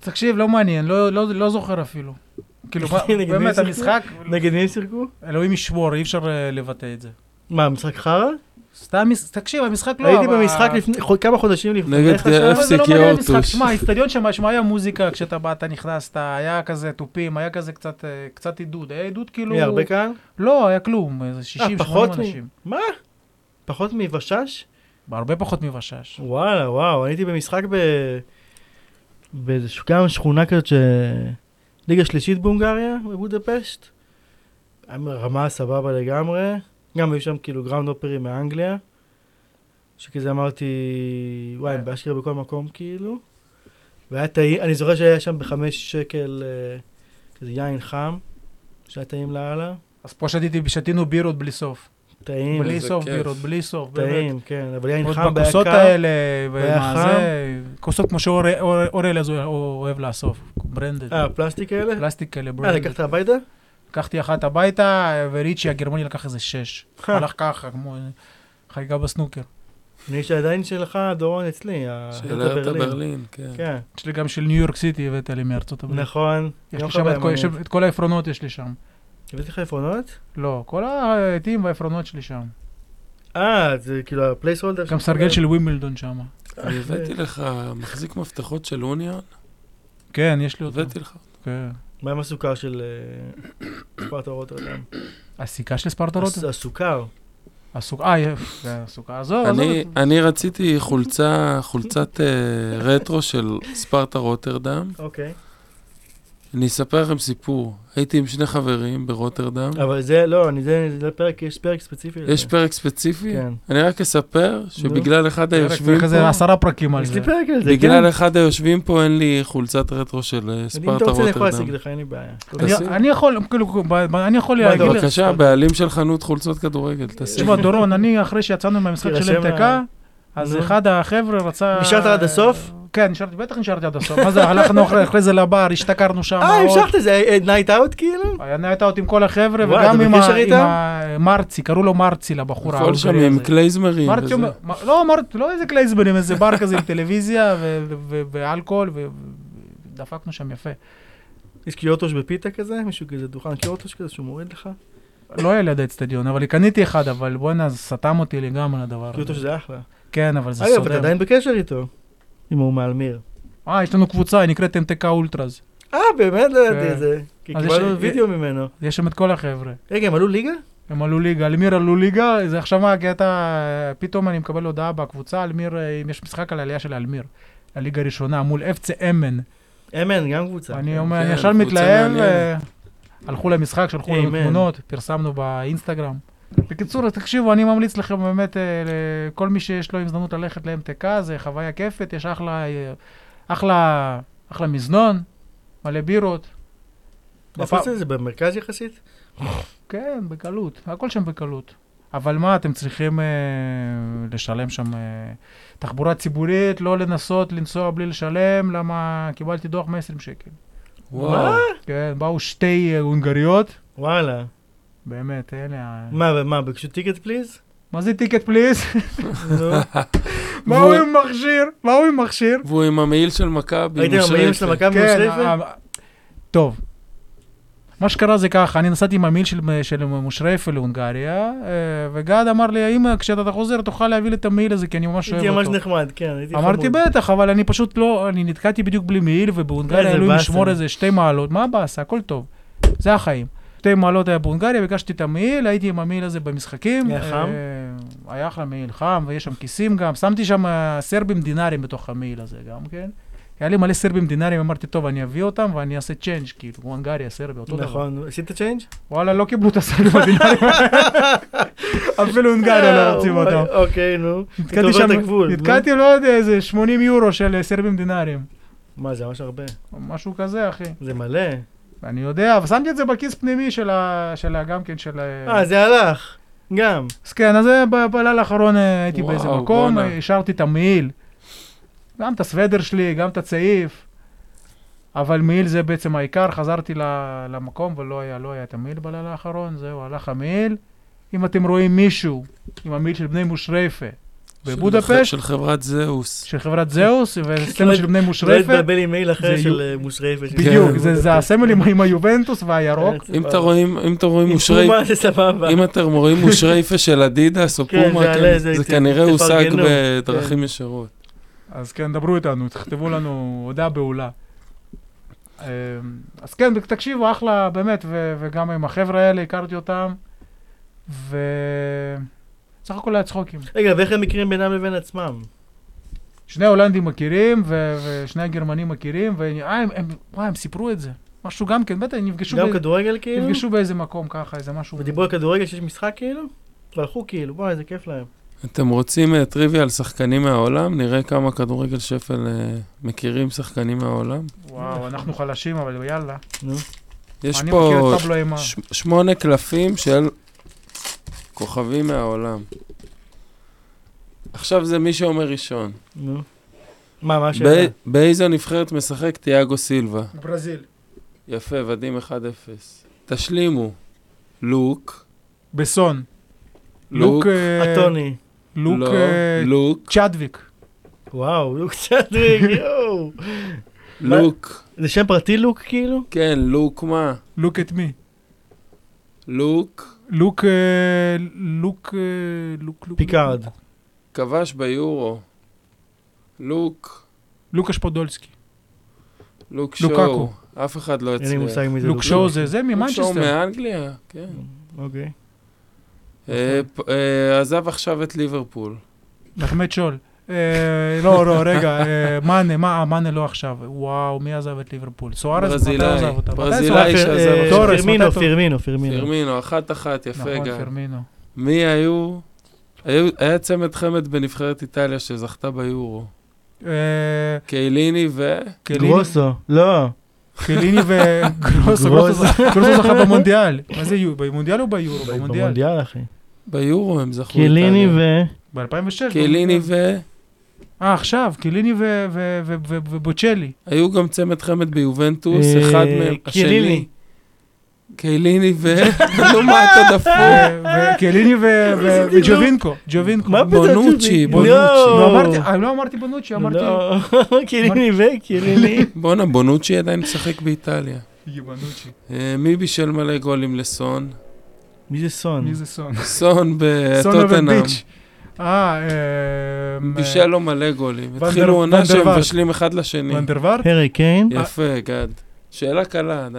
תקשיב, לא מעניין, לא- לא לא זוכר אפילו. כאילו, מה-
נגד מי
באמת,
שיחקו?
המשחק,
נגד מי הם שיחקו?
אלוהים ישמור, אי אפשר אה, לבטא את זה.
מה, משחק חרא?
סתם, מש- תקשיב, המשחק לא...
הייתי
אבל-
במשחק לפני, חו- כמה חודשים לפני.
נגד,
איך
אבל
עכשיו?
זה לא
אפסיקי
מעניין
אורטוש.
המשחק. שמע, האיצטדיון שם, שמע, היה מוזיקה כשאתה באת, נכנסת, היה כזה תופים, היה כזה קצת, אה, קצת עידוד. היה עידוד כאילו...
מי, הרבה כאן?
לא, היה כלום, איזה 60-80
פחות מ-
אנשים.
פחות מבשש?
הרבה פחות מבשש.
וואלה, וואו, אני הייתי במשחק ב... באיזה ש- גם שכונה כזאת ש... ליגה שלישית בהונגריה, בבודפשט. רמה סבבה לגמרי. גם היו שם כאילו גראונד אופרים מאנגליה. שכזה אמרתי, וואי, הם באשכרה בכל מקום כאילו. והיה טעים, אני זוכר שהיה שם בחמש שקל אה, כזה יין חם, שהיה טעים לאללה.
אז פה שתיתי, שתינו בירות בלי סוף.
טעים,
בלי
איזה
סוף
כיף.
בירות, בלי סוף. באמת.
טעים, כן, אבל יין
עוד
חם בעיקר.
בכוסות האלה, ומה
חם.
זה, כוסות כמו שאורל אוהב לאסוף, ברנדד.
אה, פלסטיק האלה?
פלסטיק כאלה,
אה,
ברנדד.
לקחת הביתה?
לקחתי אחת הביתה, וריצ'י הגרמני לקח איזה שש. הלך ככה, כמו חגיגה בסנוקר.
אני שעדיין שלך, דורון אצלי, ה-
של
הרטה
הרטה ברלין, כן.
אה, כן,
יש לי גם של ניו יורק סיטי, הבאת לי מארצות הברית.
נכון.
יש
יום
לי שם את
חוויה
כל- יש
מעניינת.
את כל העפרונות יש לי שם.
הבאתי לך עפרונות?
לא, כל העטים והעפרונות שלי שם.
אה, זה כאילו הפלייס הולדר.
גם סרגל של ווימלדון שם.
אני הבאתי לך מחזיק מפתחות של אוניון,
כן, יש לי אותו.
הבאתי לך.
כן.
מה עם הסוכר של אה, ספרטה רוטרדם?
הסיכה של ספרטה רוטר?
הס- הסוכר.
הסוכה, אה, יש, זה הסוכה. עזוב, עזוב.
אני- אני רציתי חולצה, חולצת אה, רטרו של ספרטה רוטרדם.
אוקיי.
אני אספר לכם סיפור. הייתי עם שני חברים ברוטרדם.
אבל זה, לא, אני- זה זה פרק, יש פרק ספציפי לזה.
יש פרק ספציפי?
כן.
אני רק אספר שבגלל אחד היושבים
צריך איזה
פה,
עשרה פרקים על
יש
זה.
לי פרק על זה, כן.
בגלל אחד היושבים פה אין לי חולצת רטרו של אה,
אני- אם אתה
ספרטה
רוצה, אני יכול
רוטרדם.
להשיג לך, אין לי בעיה. אוקיי.
אני-
תשים.
אני יכול, כאילו, ב- ב- אני יכול
מה, אתה
להגיד לך,
רוצה?
בבקשה, בעלים של חנות חולצות כדורגל, תשים.
תשמע, דורון, אני אחרי שיצאנו מהמשחק של
תירשם
MTK,
ל-
אז
נו.
אחד החבר'ה רצה...
נשארת עד הסוף?
כן, נשארתי, בטח נשארתי עד הסוף. מה זה, הלכנו אחרי- אחרי זה לבר, השתכרנו שם.
אה,
עוד.
המשכת את זה, נייט אאוט כאילו?
אני הייתה עוד עם כל החבר'ה,
וואי,
וגם
אתה
עם
בקשר
ה- עם
איתם?
ה- מרצי, קראו לו מרצי לבחור
הכל שם
ההונגרי
עם
הזה.
קלייזמרים
מרצי
וזה.
אומר, מה- לא אמרתי, לא איזה קלייזבנים, איזה בר כזה עם טלוויזיה ו- ו- ו- ואלכוהול, ו- ודפקנו שם יפה.
יש קיוטוש בפיתה כזה? מישהו כזה דוכן קיוטוש כזה שהוא מוריד לך?
לא היה ליד האצטדיון, אבל קניתי אחד, אבל בואנה, זה סתם אותי לגמרי לדבר
קיוטוש
הזה.
זה אחלה.
כן, אבל זה
אגב, אתה
סודם.
עדיין בקשר איתו. אם הוא מאלמיר.
אה, יש לנו קבוצה, היא נקראת MTK אולטראז.
אה, באמת לא ידעתי
כן.
את זה. כי
אז יש-
קיבלנו וידאו ממנו.
יש שם את כל החבר'ה.
רגע, הם עלו ליגה?
הם עלו ליגה, אלמיר עלו ליגה, זה עכשיו מה הקטע, פתאום אני מקבל הודעה בקבוצה, אלמיר, אה, אם יש משחק על העלייה של אלמיר. הליגה הראשונה מול FC אמן.
אמן, גם קבוצה.
אני
כן.
אומר, אני
כן,
ישר
קבוצה
מתלהב,
מעניינת.
אה, הלכו למשחק, שלחו לנו
אמן.
תמונות, פרסמנו באינסטגרם. בקיצור, אז תקשיבו, אני ממליץ לכם באמת, אה, לכל מי שיש לו הזדמנות ללכת ל-MTK, זה חוויה כיפת, יש אחלה, אה, אחלה, אחלה מזנון, מלא בירות.
איפה זה? זה במרכז יחסית?
כן, בקלות, הכל שם בקלות. אבל מה, אתם צריכים אה, לשלם שם אה, תחבורה ציבורית, לא לנסות לנסוע בלי לשלם, למה קיבלתי דוח 120 שקל.
וואו.
כן, באו שתי אה, הונגריות,
וואלה.
כן. באמת, אלה... ה-
מה, ומה, ביקשו טיקט פליז?
מה זה טיקט פליז?
נו.
באו עם מכשיר, באו עם מכשיר.
והוא עם המעיל של מכבי,
ראיתם המעילים של
מושרפת.
מכבי
כן,
מושרפת?
ה- ה- אה, טוב. מה שקרה זה ככה, אני נסעתי עם המיל של, אה, של מושרייפה להונגריה, אה, וגד אמר לי, האמא, כשאתה חוזר תוכל להביא לי את המעיל הזה, כי אני ממש אוהב
הייתי
אותו.
ממש נחמד, כן, הייתי חמוד.
אמרתי, בטח, אבל אני פשוט לא, אני נתקעתי בדיוק בלי מעיל, ובהונגריה
איזה
אלוהים
באסה.
ישמור איזה שתי מעלות. מה הבאסה? הכל טוב. זה החיים. שתי מעלות היה בהונגריה, ביקשתי את המעיל, הייתי עם המעיל הזה במשחקים.
היה חם?
אה, היה אחלה מעיל חם, ויש שם כיסים גם. שמתי שם אה, סרבים דינארים בתוך המעיל הזה גם כן. היה לי מלא סרבים דינארים, אמרתי, טוב, אני אביא אותם ואני אעשה צ'יינג', כאילו, הונגריה, סרביה, אותו דבר.
נכון, עשית צ'יינג'?
וואלה, לא קיבלו את הסרבים הדינארים, אפילו הונגריה לא רוצים אותם.
אה, אוקיי, נו.
נתקעתי
אתה עובר
שם,
את הגבול, נו.
נתקעתי, לא יודע, איזה 80 יורו של אה, סרבים דינארים.
מה, זה ממש הרבה.
או משהו כזה, אחי.
זה מלא.
אני יודע, אבל שמתי את זה בכיס פנימי של ה... של ה... גם כן, של ה...
אה, זה הלך. גם. לא
אז כן, אז זה ב- בלילה האחרון אה, הייתי
וואו,
באיזה מקום,
בואנה.
אה, השארתי את המעיל. גם את הסוודר שלי, גם את הצעיף. אבל מעיל זה בעצם העיקר, חזרתי ל- למקום ולא היה, לא היה את המעיל בלילה האחרון, זהו, הלך המעיל. אם אתם רואים מישהו עם המעיל של בני מושרייפה
של-
בבודפשט,
של חברת זהוס.
של חברת זהוס וסצנה של בני
שלא
מושרייפה,
התבלבל עם מעיל אחר
זה
של אה, מושרייפה.
כן.
בדיוק, זה- זה הסמל עם- עם היובנטוס והירוק.
אם אתה רואים, אם אתה רואים מושרי...
פומה זה סבבה.
אם אתם רואים מושרייפה של אדידס או
כן, זה
פומה,
עלה,
כן,
זה
זה
ת-
כנראה הושג
תפרגנו.
כן.
בדרכים ישרות.
אז כן, דברו איתנו, תכתבו לנו הודעה בהולה. אמ, אז כן, תקשיבו, אחלה, באמת, ו- וגם עם החבר'ה האלה, הכרתי אותם, ו... סך הכל היה צחוקים.
רגע, ואיך הם מכירים בינם לבין עצמם?
שני ההולנדים מכירים, ו- ושני הגרמנים מכירים, ואה, הם, הם, וואי, הם סיפרו את זה. משהו גם כן, בטח, הם נפגשו,
גם
באיזה-
כדורגל כאילו?
נפגשו באיזה מקום ככה, איזה משהו...
ודיברו על כדורגל שיש משחק כאילו? והלכו כאילו, וואי, איזה כיף להם.
אתם רוצים אה, טריוויה על שחקנים מהעולם? נראה כמה כדורגל שפל אה, מכירים שחקנים מהעולם.
וואו, אנחנו חלשים, אבל יאללה.
נו.
יש
אני מכיר
פה
את פבלו אימה.
ש- שמונה קלפים של כוכבים מהעולם. עכשיו זה מי שאומר ראשון.
נו. מה, מה השאלה?
בא- באיזו נבחרת משחק תיאגו סילבה?
ברזיל.
יפה, ודים 1-0. תשלימו. לוק.
בסון.
לוק.
לוק... אה,
אטוני.
לוק...
לא,
אה,
לוק.
צ'אדוויק.
וואו, לוק צ'דריק, יואו. מה?
לוק.
זה שם פרטי לוק כאילו?
כן, לוק מה?
לוק את מי?
לוק
לוק, אה, לוק, אה, לוק, לוק.
פיקארד.
כבש ביורו. לוק.
לוקש פודולסקי.
לוק
לוקאקו.
שואו. אף אחד לא
אין לי
יצליח.
מושג מי זה
לוק שואו זה זה ממנצ'סטר.
מאנגליה, כן.
אוקיי.
אה, פ- אה, עזב עכשיו את ליברפול.
נחמד שול. אה, לא, לא, רגע, אה, מאנה, מה, אה, מאנה לא עכשיו. וואו, מי עזב את ליברפול? סוארז, מתי
ברזילאי.
עזב אותה? מתי
ברזילאי
סוארז?
שעזב
אה,
אותו. תורס,
פירמינו,
מתי-
פירמינו, פירמינו.
פירמינו, אחת-אחת, יפה
נכון,
גם.
פרמינו.
מי היו? היו- היה צמד חמד בנבחרת איטליה שזכתה ביורו.
אה,
קייליני ו...
קליני-
גרוסו. לא.
קליני וגרוסו,
גרוס.
גרוסו זכה במונדיאל. מה זה יורו? במונדיאל או ביורו? במונדיאל.
במונדיאל אחי.
ביורו הם זכו
קיליני ו...
ב-2006.
קיליני
כן.
ו...
אה, עכשיו, קליני ו- ו- ו- ו- ובוצ'לי.
היו גם צמד חמד ביובנטוס,
אה,
אחד מהם, השני.
קיליני.
קייליני ו... נו מה אתה דפוק?
ו- ו- קליני ו- ו- וג'ובינקו. ג'ובינקו.
מה פתאום?
בונוצ'י,
בונוצ'י. לא אמרתי,
לא.
אה, לא אמרתי בונוצ'י, אמרתי...
לא. קיליני ו... קיליני.
בואנה, בונוצ'י עדיין משחק באיטליה.
בונוצ'י.
אה, מי בישל מלא גולים לסון?
מי זה סון?
מי זה סון?
סון
סון אובר
בטוטנאם.
ביץ'. אה, אמ,
בישל לו מלא גולים.
ונדר-
התחילו עונה
ונדרווארד.
שהם מבשלים אחד
אה,
לשני.
ונדרווארט?
הארי קיין?
יפה, גד. שאלה קלה, די.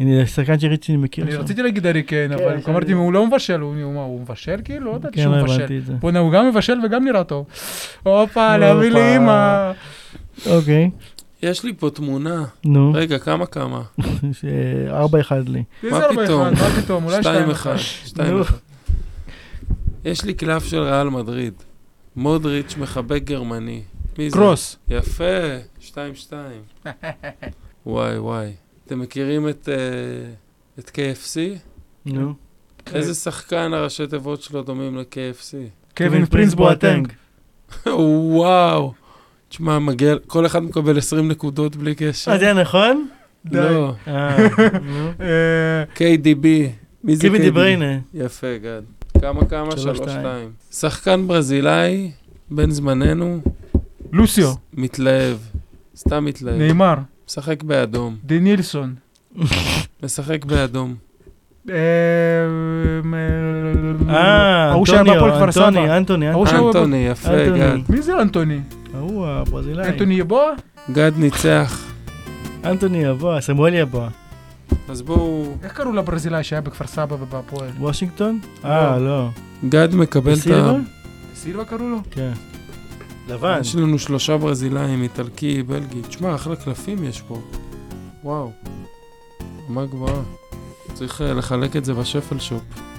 הנה, זה שחקן שריצ'י שאני מכיר.
אני
שם.
רציתי להגיד ארי קיין,
כן,
אבל
שאני-
אמרתי, הוא לא מבשל, הוא מה, הוא מבשל כאילו? לא ידעתי
כן,
שהוא
לא
מבשל.
הבנתי את זה.
בוא'נה, הוא גם מבשל וגם נראה טוב. הופה, להביא
הופה.
לי אימא.
אוקיי.
יש לי פה תמונה.
נו.
רגע, כמה כמה?
ש- ארבע אחד לי.
איזה ארבע
פתאום?
אחד, מה פתאום? אולי שתיים אחד.
2-1.
נו.
2-1. יש לי קלף של ריאל מדריד. מודריץ' מחבק גרמני. מי זה?
קרוס.
יפה, 2-2. וואי וואי. אתם מכירים את, אה, את KFC?
נו.
כן.
איזה שחקן הראשי תיבות שלו דומים ל-KFC?
קווין פרינס בואטנג.
וואו. תשמע, מגיע, כל אחד מקבל 20 נקודות בלי קשר.
אה, זה נכון?
די.
לא,
אה, נו.
אה,
KDB. מי זה
קיבי דה
KDB?
בריינה.
יפה, גד. כמה כמה?
שלוש,
שלוש
שתיים.
שתיים. שחקן ברזילאי, בן זמננו,
לוסיו,
ס- מתלהב. סתם מתלהב.
נאמר,
משחק באדום.
דנילסון.
משחק באדום.
אה, Eh, אה,
אה,
ההוא שהיה בהפועל
אנטוניו,
כפר סבא.
אנטוני, אנטוני,
ההוא
אנטוני.
שם-
אנטוני, יפה, גד.
אנטוני.
מי זה אנטוני?
ההוא הברזילאי.
אנטוני יבואה?
גד ניצח.
אנטוני יבואה, סמואל יבואה.
אז בואו...
איך קראו לברזילאי שהיה בכפר סבא ובהפועל?
וושינגטון? אה, לא.
גד מקבל את ה...
סילבה?
סילבה קראו לו?
כן. לבן.
יש לנו שלושה ברזילאים, איטלקי, בלגי. תשמע, אחלה קלפים יש פה. וואו. רמה גבוהה. צריך אה, לחלק את זה בשפל שופ.